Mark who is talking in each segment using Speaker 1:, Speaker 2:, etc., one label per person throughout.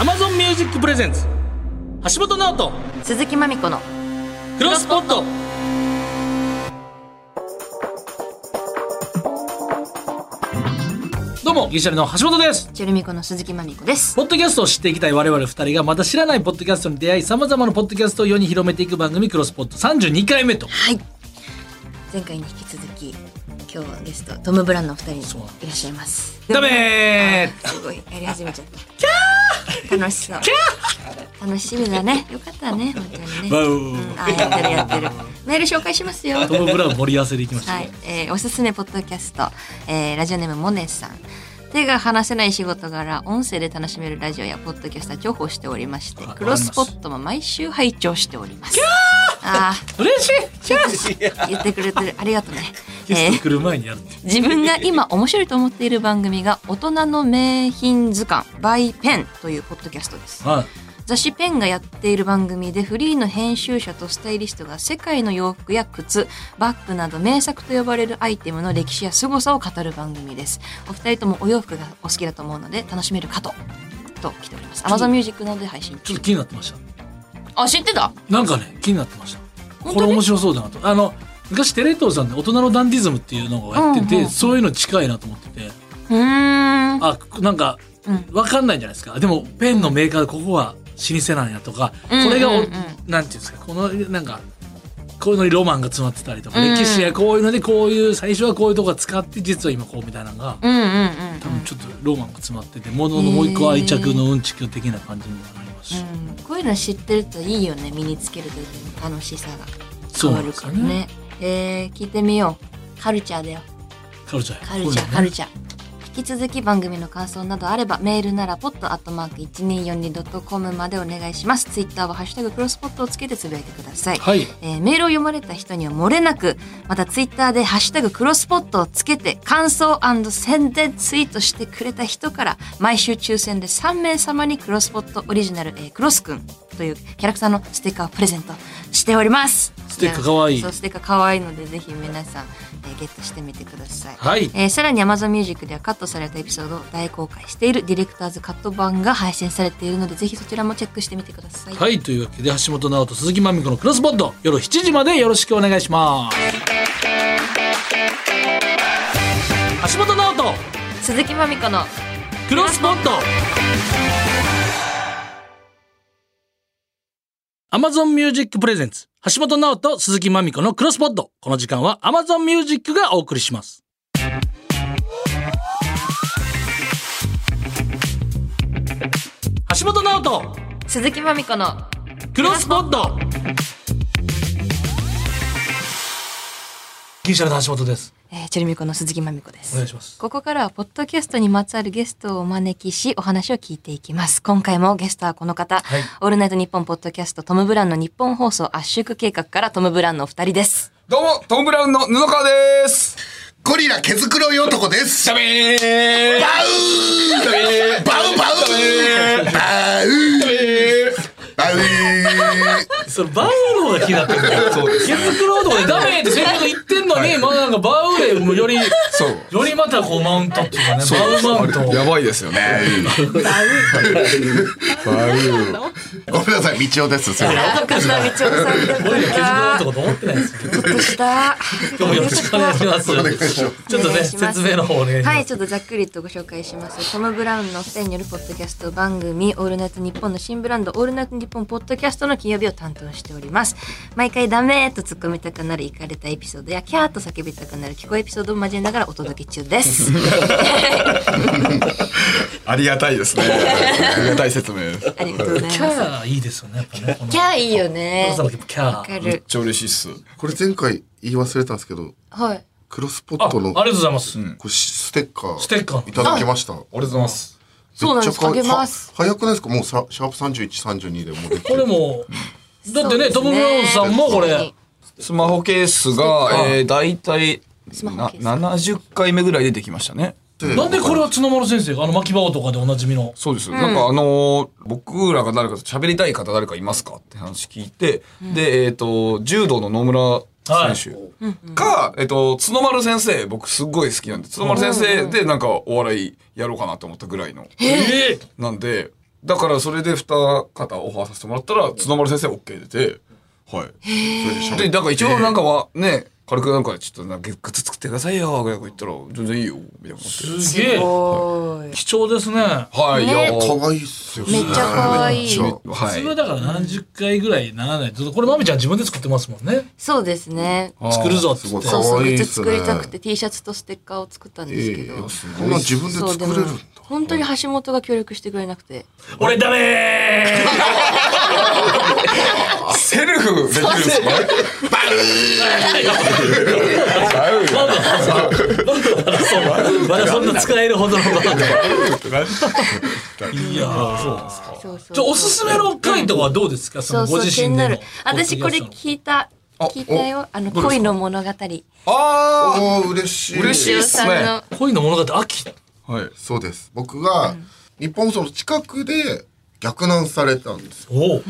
Speaker 1: Amazon Music Presents 橋本直人
Speaker 2: 鈴木まみこの
Speaker 1: クロスポットどうもギリシャリの橋本です
Speaker 2: チェルミコの鈴木まみこです
Speaker 1: ポッドキャストを知っていきたい我々二人がまた知らないポッドキャストに出会い様々なポッドキャストを世に広めていく番組クロスポット32回目と
Speaker 2: はい前回に引き続き今日はゲストトム・ブラウンのお二人
Speaker 1: そう
Speaker 2: いらっしゃいます
Speaker 1: ダメ
Speaker 2: あーすごいやり始めちゃったキャー楽しそう楽しみだねよかったね本当にね
Speaker 1: わお
Speaker 2: うんあーやってるやってるメール紹介しますよ
Speaker 1: ートム・ブラウン盛り合わせでいきました、
Speaker 2: はい、えーおすすめポッドキャスト、えーラジオネームモネさん。手が離せない仕事柄、音声で楽しめるラジオやポッドキャストは重宝しておりまして
Speaker 1: あ、
Speaker 2: クロスポットも毎週拝聴しております。あ
Speaker 1: 嬉しい
Speaker 2: あ、言ってくれてる。ありがとうね。
Speaker 1: ゲ
Speaker 2: え
Speaker 1: ス
Speaker 2: ー
Speaker 1: ト来る前にやるんで
Speaker 2: 自分が今面白いと思っている番組が大人の名品図鑑 by ペンというポッドキャストです。
Speaker 1: はい
Speaker 2: 雑誌ペンがやっている番組でフリーの編集者とスタイリストが世界の洋服や靴バッグなど名作と呼ばれるアイテムの歴史や凄さを語る番組ですお二人ともお洋服がお好きだと思うので楽しめるかとと来ております Amazon Music などで配信
Speaker 1: ち
Speaker 2: 中
Speaker 1: ょっと気になってました
Speaker 2: あ知ってた
Speaker 1: なんかね気になってました
Speaker 2: 本
Speaker 1: これ
Speaker 2: 当に
Speaker 1: 面白そうだなとあの昔テレ東さんで大人のダンディズムっていうのをやってて、
Speaker 2: うんうん
Speaker 1: そういうの近いなと思ってて
Speaker 2: うーん
Speaker 1: あなんか
Speaker 2: うん
Speaker 1: 分かんないじゃないですかでもペンのメーカーここは老舗なんやとか、
Speaker 2: うん
Speaker 1: これがお
Speaker 2: うんうん
Speaker 1: なんていうんですかこのなんかこういうのにロマンが詰まってたりとか、
Speaker 2: うん
Speaker 1: 歴史やこういうのでこういう最初はこういうとこ使って実は今こうみたいなのが
Speaker 2: うんうんうん
Speaker 1: 多分ちょっとロマンが詰まっててもののもう一個愛着のうんちく的な感じにもなりますし、
Speaker 2: うんこういうの知ってるといいよね身につけるときの楽しさが
Speaker 1: そう
Speaker 2: 変
Speaker 1: な
Speaker 2: わ
Speaker 1: ん
Speaker 2: る
Speaker 1: です
Speaker 2: か
Speaker 1: よ
Speaker 2: ら
Speaker 1: ね
Speaker 2: ねえー、聞いてみようカルチャーだよ
Speaker 1: カルチャー
Speaker 2: カルチャー、カルチャー。引き続き番組の感想などあればメールならポットアットマーク 1242.com までお願いします。ツイッターはハッシュタグクロスポットをつけてつぶやいてください。
Speaker 1: はい
Speaker 2: えーメールを読まれた人には漏れなく、またツイッターでハッシュタグクロスポットをつけて感想宣伝ツイートしてくれた人から毎週抽選で3名様にクロスポットオリジナル、えークロスくんというキャラクターのステッカーをプレゼントしております。
Speaker 1: ステッカーかわいい
Speaker 2: そう、ステッカーかわいいのでぜひ皆さん、えーゲットしてみてください。
Speaker 1: はい
Speaker 2: えーさらに Amazon Music ではカットされたエピソードを大公開しているディレクターズカット版が配信されているのでぜひそちらもチェックしてみてください。
Speaker 1: はい、というわけで橋本直人鈴木まみこのクロスボッド夜7時までよろしくお願いします橋本直人
Speaker 2: 鈴木まみこの
Speaker 1: クロスボッド Amazon Music Presents 橋本直人鈴木まみこのクロスボッドこの時間は Amazon Music がお送りします橋本直人
Speaker 2: 鈴木まみこの
Speaker 1: クロスポッド銀シャリの橋本です
Speaker 2: えー、チェルミコの鈴木まみこで
Speaker 1: お願い
Speaker 2: す。
Speaker 1: します
Speaker 2: ここからはポッドキャストにまつわるゲストをお招きしお話を聞いていきます。今回もゲストはこの方、
Speaker 1: はい
Speaker 2: オールナイトニッポンポッドキャストトム・ブラウンの日本放送圧縮計画からトム・ブラウンのお二人です。
Speaker 3: どうも、トム・ブラウンの布川です。
Speaker 4: ゴリラ毛づくろい男です。
Speaker 3: ゃべー
Speaker 4: バウーバウバウバウバウ
Speaker 1: それバウの方が気になってる
Speaker 3: そうです
Speaker 1: 毛づくろうとかでダメって先ほど言ってんのに、まあなんかバウでもよりよ
Speaker 3: そう。
Speaker 1: りまたこうマウントっていうかねバウマウント
Speaker 3: やばいですよね。
Speaker 4: ごめんなさい、道夫です。すいません
Speaker 2: あ、片道夫さん
Speaker 1: 俺が毛づくろうとか思ってないですけど
Speaker 2: どうした
Speaker 1: 今日もよろしくお願いします
Speaker 4: お願いします
Speaker 1: ちょっと
Speaker 2: お願
Speaker 1: ね
Speaker 2: いします
Speaker 1: 説明の方お願いします、
Speaker 2: はい、ちょっとざっくりとご紹介します。トム・ブラウンのお二人によるポッドキャスト番組、オールナイトニッポンの新ブランド、オールナイトニッポンポッドキャストの金曜日を担当しております。毎回ダメーと突っ込みたくなる、イかれたエピソードや、キャーと叫びたくなる、聞こえエピソードを交えながらお届け中です。
Speaker 3: ありがたいですね。ありがたい説明です。
Speaker 2: ありがとうござい
Speaker 1: キ
Speaker 2: ます。
Speaker 1: ャーいいですよねやっぱねこの
Speaker 2: キャーいいよね。
Speaker 1: さんのキャ
Speaker 2: わ
Speaker 1: ー
Speaker 2: か
Speaker 3: めっ
Speaker 2: る。
Speaker 3: ちゃ嬉しいっす。
Speaker 4: これ前回言い忘れたんですけど、
Speaker 2: はい。
Speaker 4: クロスポ
Speaker 1: ああ
Speaker 4: ットの
Speaker 1: りがとうございます、
Speaker 4: これステッカー
Speaker 1: ステッカー
Speaker 4: いただきました。
Speaker 3: ありがとうございます。
Speaker 2: そうなんです。
Speaker 4: め
Speaker 2: か
Speaker 4: っちゃ
Speaker 2: け
Speaker 4: 可愛い
Speaker 2: ます。
Speaker 4: は早くないですかもうさシャープ31、32でもうでき
Speaker 1: これ
Speaker 4: る。
Speaker 1: もだってね
Speaker 2: そ
Speaker 1: トム・
Speaker 2: うですね
Speaker 1: ブラウンさんもこれ
Speaker 3: スマホケースが、えー、大体、
Speaker 2: スマホ
Speaker 3: な
Speaker 2: ケース
Speaker 3: 70回目ぐらい出てきましたね。
Speaker 1: なんでこれは角丸先生があの巻き場とかでおなじみの
Speaker 3: そうです、なんかあのー僕らが誰かと喋りたい方誰かいますかって話聞いて、で、えっ、と、柔道の野村選手か、えっ、と、角丸先生、僕すっごい好きなんで、角丸先生でなんかお笑いやろうかなと思ったぐらいの。
Speaker 1: ええ
Speaker 3: なんで、だからそれで二方オファーさせてもらったら角丸先生 OK 出てはいそれでなんか一応なんかはね軽くなんかちょっとなんかグッズ作ってくださいよぐらい言ったら全然いいよみたいなこと言って
Speaker 1: すげえ
Speaker 2: ごい。
Speaker 1: 貴重ですね。
Speaker 3: はいい
Speaker 2: ね
Speaker 3: や
Speaker 4: 可愛いっすよね
Speaker 2: めっちゃ可愛い
Speaker 4: めっちゃ
Speaker 3: は
Speaker 1: そ
Speaker 3: い
Speaker 1: れはだから70回ぐらいならないとこれまみちゃん自分で作ってますもんね
Speaker 2: そうですね。
Speaker 1: 作るぞっつ
Speaker 4: すご
Speaker 1: っ
Speaker 4: い
Speaker 1: て
Speaker 2: そうそう、
Speaker 4: 可愛
Speaker 2: グ
Speaker 4: い
Speaker 2: ッ
Speaker 4: っ
Speaker 2: ズ
Speaker 4: すね
Speaker 2: 作りたくて T シャツとステッカーを作ったんですけど。
Speaker 4: こんなん自分で
Speaker 2: そう
Speaker 4: 作
Speaker 2: で
Speaker 4: れ
Speaker 2: も
Speaker 4: るんだ
Speaker 2: 本当に橋本が協力してくれなくて
Speaker 1: 俺ダメ ー
Speaker 3: セルフできるんですね
Speaker 1: まだそんな使えるほどのことでいや
Speaker 2: そうそう
Speaker 1: じゃあおすすめの回とかはどうですかそ
Speaker 2: そ
Speaker 1: の
Speaker 2: うそ
Speaker 1: ご
Speaker 2: う
Speaker 1: 自
Speaker 2: 気
Speaker 1: 身
Speaker 2: に
Speaker 1: で
Speaker 2: な
Speaker 1: の
Speaker 2: る私これ聞いた聞いたよあの恋の物語
Speaker 3: あ
Speaker 4: おー嬉しい
Speaker 3: 嬉しい
Speaker 2: 塩さんの
Speaker 1: 恋の物語秋
Speaker 3: あはい
Speaker 4: そうです僕が日本放送の近くで逆難されたんですよ
Speaker 1: おう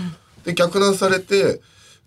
Speaker 4: で逆難されて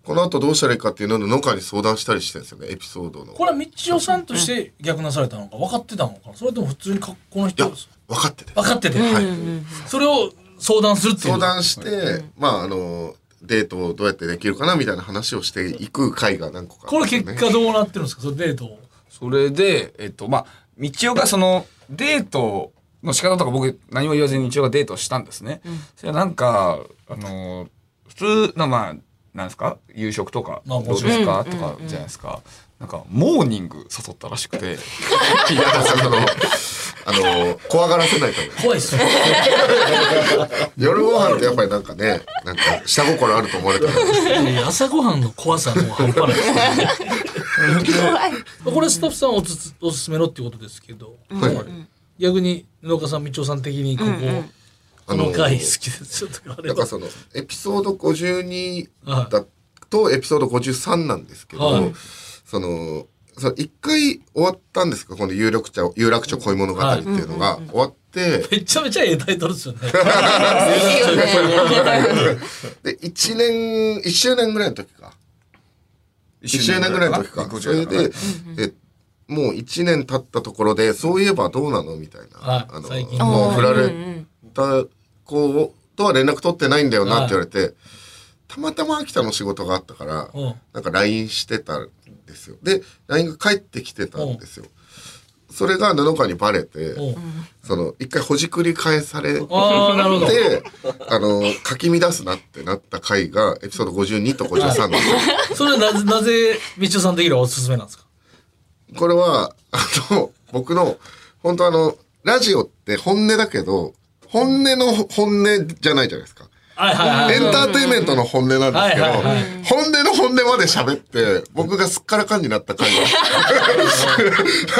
Speaker 4: この後どうしたらいいかっていうのを農家に相談したりしてるんですよねエピソードの
Speaker 1: これは道代さんとして逆なされたのか分かってたのかそれとも普通に格好の
Speaker 4: いや
Speaker 1: 人
Speaker 4: 分かってて
Speaker 1: 分かってて、
Speaker 4: はい
Speaker 1: それを相談するっていう
Speaker 4: 相談して、まああのデートをどうやってできるかなみたいな話をしていく回が何個かあ
Speaker 1: こ
Speaker 4: る
Speaker 1: れ
Speaker 4: んですよ
Speaker 1: 結
Speaker 4: ね、
Speaker 1: 果どうなってるん ですかそのデートを
Speaker 3: それで、えっと、まあ、道夫がその、デートの仕方とか僕何も言わずに道夫がデートをしたんですね。それはなんか、あの、普通の、まあ、なんですか夕食とか、
Speaker 1: まあ
Speaker 3: どう
Speaker 1: もち
Speaker 3: です
Speaker 1: ろん
Speaker 3: かとかじゃないですか。なんか、モーニング誘ったらしくて。 いや、
Speaker 4: そのあの怖がらせないために
Speaker 1: 怖いっすね
Speaker 4: 夜ご飯ってやっぱりなんかねなんか下心あると思われてる
Speaker 1: いや朝ごはんの怖さもう半端ないですね
Speaker 2: 怖い
Speaker 1: これスタッフさんおつつおすすめのっていうことですけど、
Speaker 4: はい
Speaker 1: 逆に農家さん道夫さん的にここ、この回好きですとかあれ
Speaker 4: なん
Speaker 1: ば
Speaker 4: かそのエピソード52
Speaker 1: はい
Speaker 4: だとエピソード53なんですけど、
Speaker 1: はい
Speaker 4: そのその1回終わったんですかこの有力茶有楽町恋物語っていうのが終わって
Speaker 1: めちゃめちゃええタイトルですよね
Speaker 2: いいよね
Speaker 4: で1年1周年ぐらいの時か1周年ぐらいの時かそれでえもう1年経ったところでそういえばどうなのみたい
Speaker 1: はい
Speaker 4: なあの
Speaker 1: 最近
Speaker 4: もう振られた子とは連絡取ってないんだよなって言われてたまたま秋田の仕事があったから
Speaker 1: うん
Speaker 4: なんか LINE してたんですよで LINE が返ってきてたんですよそれが布川にバレて
Speaker 1: おう
Speaker 4: その一回ほじくり返されて
Speaker 1: ああなるほど
Speaker 4: あのかき乱すなってなった回がエピソード52と53ですよ
Speaker 1: それはなぜなぜ道夫さん的にはおすすめなんですか
Speaker 4: これは、あの、僕の、本当あの、ラジオって本音だけど、本音の本音じゃないじゃないですか。
Speaker 1: はいはいはい
Speaker 4: エンターテインメントの本音なんですけど
Speaker 1: はいはいは、
Speaker 4: 本音の本音まで喋って、僕がすっからかんになっ た回が、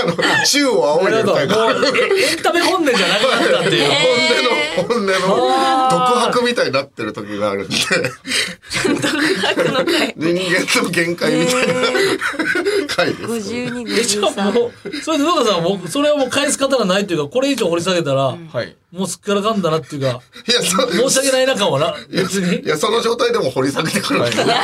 Speaker 4: あの、宙を仰い
Speaker 1: な
Speaker 4: で
Speaker 1: る
Speaker 4: る
Speaker 1: ほど
Speaker 4: 回が、
Speaker 1: も
Speaker 4: 本
Speaker 1: うえエンタメ本音じゃなくなったっていう
Speaker 4: 音の、本音の独白みたいになってる時があるんで、人間の限界みたいな回です。
Speaker 2: 五十二
Speaker 1: え じゃあもうそれで野川さんはもうそれはもう返す方がないというかこれ以上掘り下げたら、
Speaker 3: はい。
Speaker 1: もうすっからかんだなっていうか
Speaker 4: いや、そ
Speaker 1: 申し訳ないな感は な別
Speaker 4: い
Speaker 1: に
Speaker 4: や、その状態でも掘り下げてくるんですよ
Speaker 3: いや、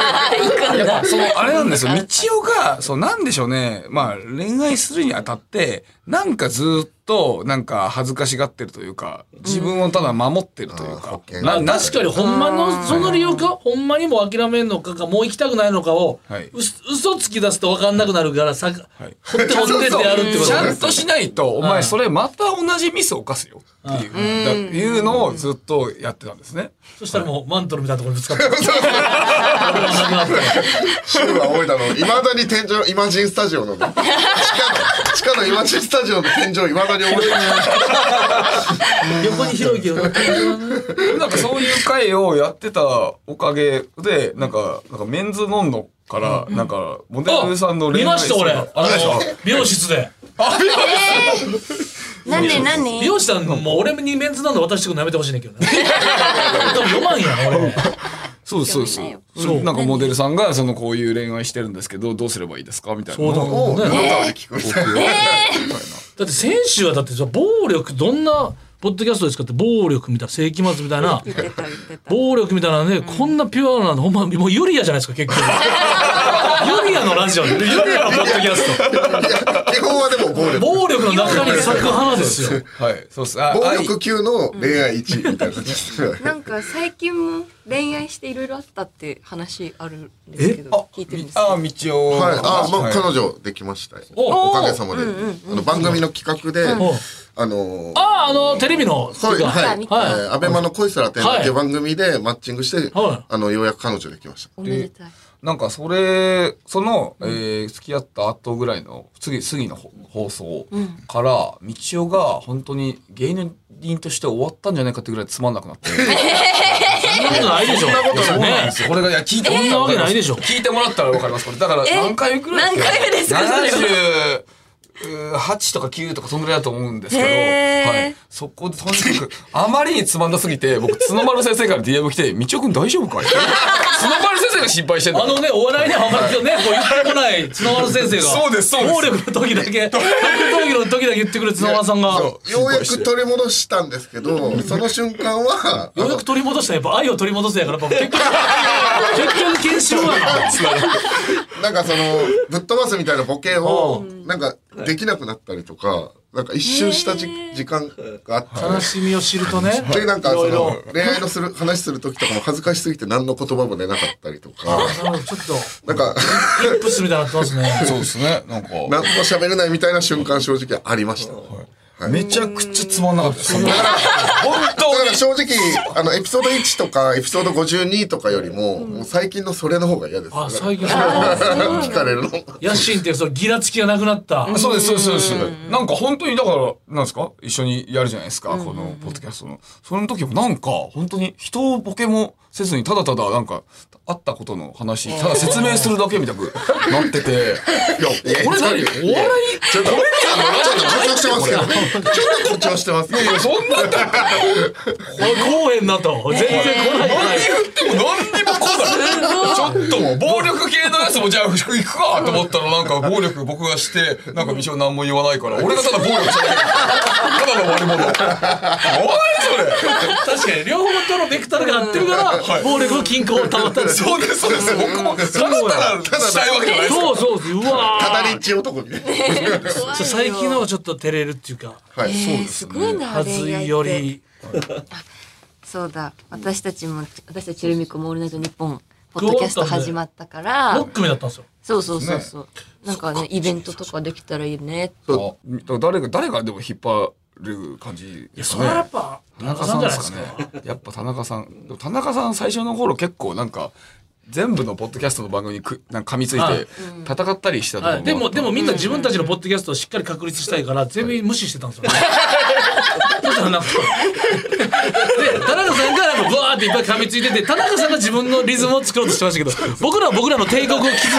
Speaker 3: まあ、その、あれなんですよ。道夫が、そう、なんでしょうね。まあ、恋愛するにあたって、なんかずっと、なんか恥ずかしがってるというか、自分をただ守ってるという
Speaker 4: あー
Speaker 3: か
Speaker 4: 保。険
Speaker 1: まあ確かにほんまのその理由かほんまにもう諦めんのかかもう行きたくないのかを、
Speaker 3: はい
Speaker 1: 嘘嘘つき出すと分かんなくなるからさ、
Speaker 3: はい
Speaker 1: 掘って掘ってってやるってこと
Speaker 3: ち
Speaker 1: ね
Speaker 3: ゃんとしないと、お前それまた同じミスを犯すよっていう、だいうのをずっとやってたんですね。
Speaker 1: そしたらもうマントルみたいなところにぶつかって
Speaker 4: 週は多いだろう。いまだに天井、イマジンスタジオのね、地下の、地下のイマジンスタジオの天井、いまだに多い。
Speaker 1: 横に広いけどな
Speaker 3: なんかそういう会をやってたおかげで、なんか、なんかメンズノンノから、 なんか、モデルさんの
Speaker 1: 見ました俺あ
Speaker 3: あれでしょ
Speaker 1: の美容室で
Speaker 2: なんでなん
Speaker 1: 美
Speaker 2: で
Speaker 1: 容師さんも俺にメンズなんで渡してくるのやめてほしいねんけど ね多分読まんやん俺
Speaker 3: そうですそうです
Speaker 2: 興味ないよ
Speaker 3: そう。なんかモデルさんが、そのこういう恋愛してるんですけど、どうすればいいですかみたいなのを。
Speaker 4: もう、
Speaker 1: ね
Speaker 4: 布川に聞くみたいな。
Speaker 1: だって先週はだってさ暴力どんなポッドキャストですかって暴力みたいな世紀末みたい な
Speaker 2: 言ってた言って た
Speaker 1: 暴力みたいなね、こんなピュアなのほんまもうユリアじゃないですか結局ユリアのラジオ、ユリアのポッドキャスト。
Speaker 4: 基本はでも暴力。
Speaker 1: 暴力の中に咲く花ですよ。
Speaker 3: はい、そうっす。あ
Speaker 4: 暴
Speaker 3: 愛
Speaker 4: 力級の恋愛一みたいな感じです。
Speaker 2: なんか最近も恋愛していろいろあったって話あるんですけど
Speaker 3: あ、
Speaker 2: 聞いてるんですけ
Speaker 3: あ、
Speaker 2: ど
Speaker 3: みちお。
Speaker 4: はい、あ、ま
Speaker 3: は
Speaker 4: あ、
Speaker 3: い
Speaker 4: 彼女できましたよ。
Speaker 1: お
Speaker 4: おかげさまで、
Speaker 2: うんうんうん
Speaker 4: あの番組の企画で、
Speaker 1: お
Speaker 4: あのー
Speaker 1: ああ、あの、テレビの。
Speaker 4: はい、は
Speaker 2: 見
Speaker 4: い、
Speaker 2: た
Speaker 1: はい
Speaker 4: はい、アベマの恋すら天っていう
Speaker 1: は
Speaker 4: 番組でマッチングして、
Speaker 1: はい
Speaker 4: あの、ようやく彼女できました。
Speaker 2: おめでたい。
Speaker 3: なんかそれその、えー付き合った後ぐらいの次次のほ放送から、みちおが本当に芸人として終わったんじゃないかってぐらいつまんなくなって
Speaker 1: そんなことないでしょ。そんなこと
Speaker 3: そうなんですよこれがいや聞いてもらっ
Speaker 1: そん
Speaker 3: たら
Speaker 1: なわけないでしょ
Speaker 3: 聞いてもらったらわかりますこれだから
Speaker 2: え
Speaker 3: 何回目くらい
Speaker 2: 何回目ですかそれは
Speaker 3: 78とか9とかそんぐらいだと思うんですけど、
Speaker 2: へー
Speaker 3: はい、そこでとにかくあまりにつまんなすぎて僕角丸先生から DM 来て「みちおくん大丈夫かい?」 角丸先生が心配してんだ
Speaker 1: あのね、お笑いにはまるけどね、こう言ってこない角丸先生が。
Speaker 3: そうですそうです
Speaker 1: 暴力の時だけ、格闘技の時だけ言ってくる角丸さんが。よ
Speaker 4: そうようやく取り戻したんですけど、その瞬間は、
Speaker 1: うやく取り戻したやっぱ愛を取り戻したやから、やっぱ結局、結 局、検証な
Speaker 4: なんかその、ぶっ飛ばすみたいなボケを
Speaker 1: う、
Speaker 4: なんかできなくなったりとか、なんか一周したじ時間があった
Speaker 1: の。悲しみを知るとね。
Speaker 4: でなんか
Speaker 1: い
Speaker 4: そ
Speaker 1: ろいろ
Speaker 4: の恋愛のする話する時とかも恥ずかしすぎて何の言葉も出なかったりとか
Speaker 1: あちょっと、
Speaker 4: なんか
Speaker 1: プッシュみたいになってますね。
Speaker 3: そうですねなんか
Speaker 4: 何も喋れないみたいな瞬間正直ありましただか
Speaker 3: めちゃくちゃつまんなかったです。本当に
Speaker 4: ら。正直あのエピソード1とかエピソード52とかよりももう最近のそれの方が嫌です
Speaker 1: あ、最近、
Speaker 4: 聞かれるの
Speaker 1: 野心っていうそのギラつきがなくなった。
Speaker 3: そうです、そうです、そうです。なんか本当に、だから、なんですか一緒にやるじゃないですか、このポッドキャストの。その時もなんか、本当に人をボケもせずに、ただただ、なんか、会ったことの話、ただ説明するだけみたく なってて、
Speaker 4: いやいや
Speaker 1: これ何
Speaker 4: いや
Speaker 1: お笑い
Speaker 4: ちょっとちょっと誇張してますけどねちょっと誇張してますね
Speaker 3: そんなだっ
Speaker 1: 公園だと。全然来ないから。
Speaker 3: ても何にも来ない。ちょっともう、暴力系のやつも、じゃあ、行くかと思ったら、なんか暴力僕がして、なんかみちお何も言わないから、俺がただ暴力しただけただの悪 者。おい、それ
Speaker 1: 確かに、両方とのベクタルが合ってるから、暴力の均衡を保ったんですよ。
Speaker 3: そうです、そうです。僕も、ただただしたいわけじゃないですか
Speaker 1: そうそうそう。うわー
Speaker 4: 語り一男みたいな
Speaker 2: 怖いよ
Speaker 1: 最近のはちょっと照れるっていうか、
Speaker 4: はい
Speaker 2: えーすごいな
Speaker 1: はず
Speaker 2: 恋愛
Speaker 1: い
Speaker 2: っ
Speaker 1: よ
Speaker 2: て。
Speaker 1: り。
Speaker 2: そうだ私たちも私たちチェルミコもオールナイトニッポンポッドキャスト始まったから
Speaker 1: 6組だったんですよ。
Speaker 2: そうそうそうそうなんかねイベントとかできたらいいね
Speaker 3: そうだから誰が、誰がでも引っ張る感じ
Speaker 1: い
Speaker 3: で
Speaker 1: や、
Speaker 3: す
Speaker 1: そ
Speaker 3: か
Speaker 1: れはやっ。ぱ、田
Speaker 3: ね田中
Speaker 1: 中さんじ
Speaker 3: さんで
Speaker 1: ゃないですす
Speaker 3: か
Speaker 1: か
Speaker 3: ね。。やっぱ田中さん。でも田中さん最初の頃結構なんか、全部のポッドキャストの番組にくなんか噛みつい
Speaker 1: はい
Speaker 3: て戦ったりしたところ
Speaker 1: はい、でも、でもみんな自分たちのポッドキャストをしっかり確立したいから、全部無視してたんですよね。そしたらなんか。で、田中さんがなんかブワーっていっぱい噛みついてて、田中さんが自分のリズムを作ろうとしてましたけど、僕らは僕らの帝国を築き上げてきた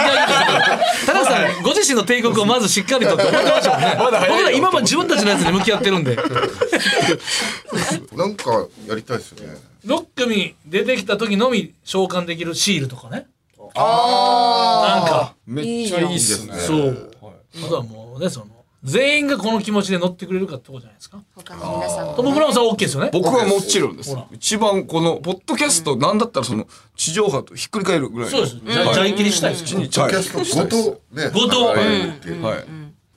Speaker 1: 田中さん、ご自身の帝国をまずしっかりとって思 ってましたもんね。
Speaker 3: まだ早いよ
Speaker 1: 僕ら今まで自分たちのやつに向き合ってるんで。
Speaker 4: なんかやりたいですよね
Speaker 1: 6組出てきた時のみ召喚できるシールとかね。なんか、
Speaker 3: めっちゃいいっすね。
Speaker 1: そう。あとはもうね、その、全員がこの気持ちで乗ってくれるかってことじゃないですか。
Speaker 2: 他の皆さん
Speaker 1: トム・ブラウンさんは OK ですよね。
Speaker 3: 僕はもちろんです
Speaker 1: ほら。
Speaker 3: 一番この、ポッドキャスト、なんだったらその、地上波とひっくり返るぐらいの。
Speaker 1: そうです。じゃ、じゃい切りしたいです
Speaker 3: 一
Speaker 1: よ。
Speaker 3: 日
Speaker 4: ポ
Speaker 3: はい
Speaker 4: ッドキャストごとね
Speaker 1: ごと
Speaker 4: 流れて
Speaker 3: はい。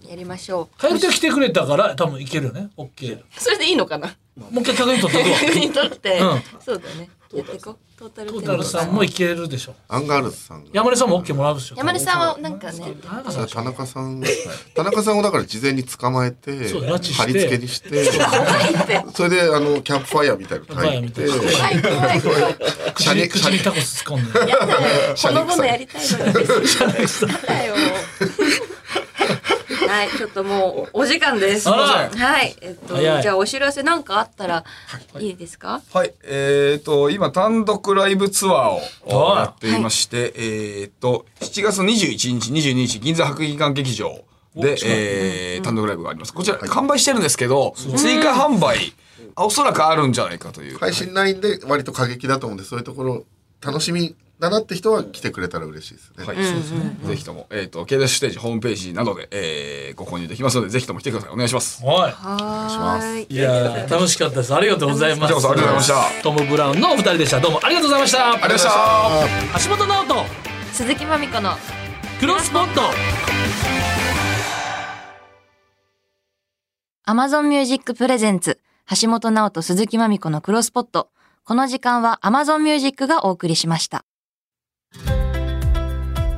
Speaker 2: やりましょう
Speaker 1: 帰ってきてくれたから、多分いけるよね。OK。
Speaker 2: それでいいのかな
Speaker 1: もう一回確認取っとくわ。
Speaker 2: 逆にとって
Speaker 1: う
Speaker 2: そうだねやっていこうトータル
Speaker 1: トータルさんもいけるでしょ。
Speaker 4: アンガールズさんが
Speaker 1: 山根さんも OK もらうでしょ。
Speaker 2: 山根さんはなんかね
Speaker 1: 田中さん
Speaker 4: 田中さん田中さんをだから事前に捕まえて
Speaker 1: そう拉致して
Speaker 4: 貼り付けにしてそれであのキャンプファイヤーみたいなの
Speaker 1: バイヤー
Speaker 4: 焚い
Speaker 1: み
Speaker 4: て
Speaker 1: たいな。
Speaker 2: はい怖い怖い
Speaker 1: 口に、口にタコス突っ込んで。
Speaker 2: やだよほのぼのやりたいのにやだよはいちょっともうお時間です
Speaker 1: あら
Speaker 2: はいえっと
Speaker 1: 早い
Speaker 2: じゃあお知らせなんかあったらいいですか
Speaker 3: はい、えー、と、今、単独ライブツアーを
Speaker 1: はい
Speaker 3: やっていまして、えー、と、7月21日、22日、銀座博技館劇場で、えー、単独ライブがあります。こちら、完売してるんですけど、追加販売、あおそらくあるんじゃないかという。
Speaker 4: 配信ラインで割と過激だと思うんでそういうところ楽しみだなって人は来てくれたら嬉しいですね、
Speaker 3: はい、そうですね。ぜひとも、えー、と、ケイダッシュステージホームページなどで、えー、ご購入できますので、ぜひとも来てください。お願いします。
Speaker 1: はい。
Speaker 2: はーい
Speaker 1: いやー楽しかったです。ありがとうございます。
Speaker 3: こちらこそありがとうございました
Speaker 1: トム・ブラウンのお二人でした。どうもありがとうございました。
Speaker 3: ありがとうございました。
Speaker 1: 橋本直人。
Speaker 2: 鈴木まみこの
Speaker 1: クロスポット
Speaker 2: Amazon Music Presents 橋本直人鈴木まみ子のクロスポット。この時間は Amazon Music がお送りしました。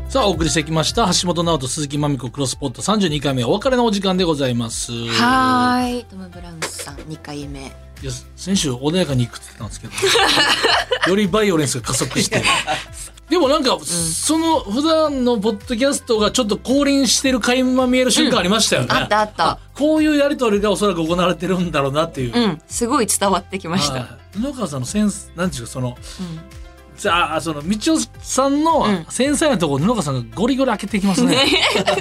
Speaker 1: さあお送りしてきました橋本直人鈴木まみ子クロスポット32回目お別れのお時間でございます
Speaker 2: ーい。トム・ブラウンさん2回目。
Speaker 1: いや先週穏やかにいくって言ってたんですけど よりバイオレンスが加速 してでもなんか、その普段のポッドキャストがちょっと降臨してる垣間見える瞬間ありましたよね、
Speaker 2: あったあった。
Speaker 1: こういうやりとりがおそらく行われてるんだろうなっていう、
Speaker 2: うん。すごい伝わってきまし
Speaker 1: は
Speaker 2: た。
Speaker 1: い布川さんのセンスなんていうかその
Speaker 2: うん
Speaker 1: さあその道夫さんの
Speaker 2: うん
Speaker 1: 繊細なところ布川さんがゴリゴリ開けていきますね
Speaker 2: ね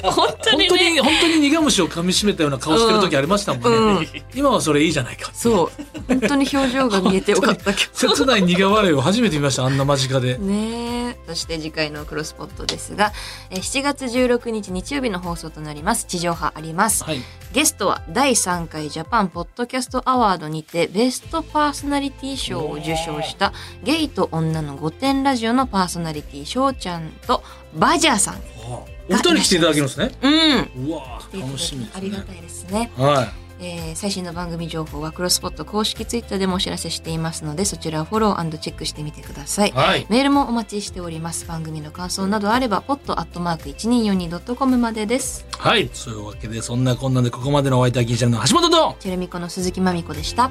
Speaker 2: 本当
Speaker 1: 本
Speaker 2: に
Speaker 1: 当
Speaker 2: ね。
Speaker 1: に本当に苦虫を噛みしめたような顔してる時ありましたもんね、
Speaker 2: うんうん
Speaker 1: 今はそれいいじゃないか
Speaker 2: そう。本当に表情が見えてよかったけど。
Speaker 1: 切ない苦笑いを初めて見ましたあんな間近で
Speaker 2: ねえそして次回のクロスポットですがえー7月16日日曜日の放送となります地上波あります
Speaker 1: はい
Speaker 2: ゲストは第3回ジャパンポッドキャストアワードにてベストパーソナリティ賞を受賞したゲイと女の御殿ラジオのパーソナリティ翔ちゃんとバジャーさん
Speaker 1: お二人来ていただけるんですね
Speaker 2: うん
Speaker 1: うわー楽しみです、ね、
Speaker 2: ありがたいですね
Speaker 1: はい
Speaker 2: えー最新の番組情報はクロスポット公式ツイッターでもお知らせしていますのでそちらをフォローチェックしてみてください
Speaker 1: はい
Speaker 2: メールもお待ちしております番組の感想などあれば pod.1242.com までです
Speaker 1: はいそういうわけでそんなこんなんでここまでのお相手は銀シャリの橋本と
Speaker 2: チェルミコの鈴木まみこでした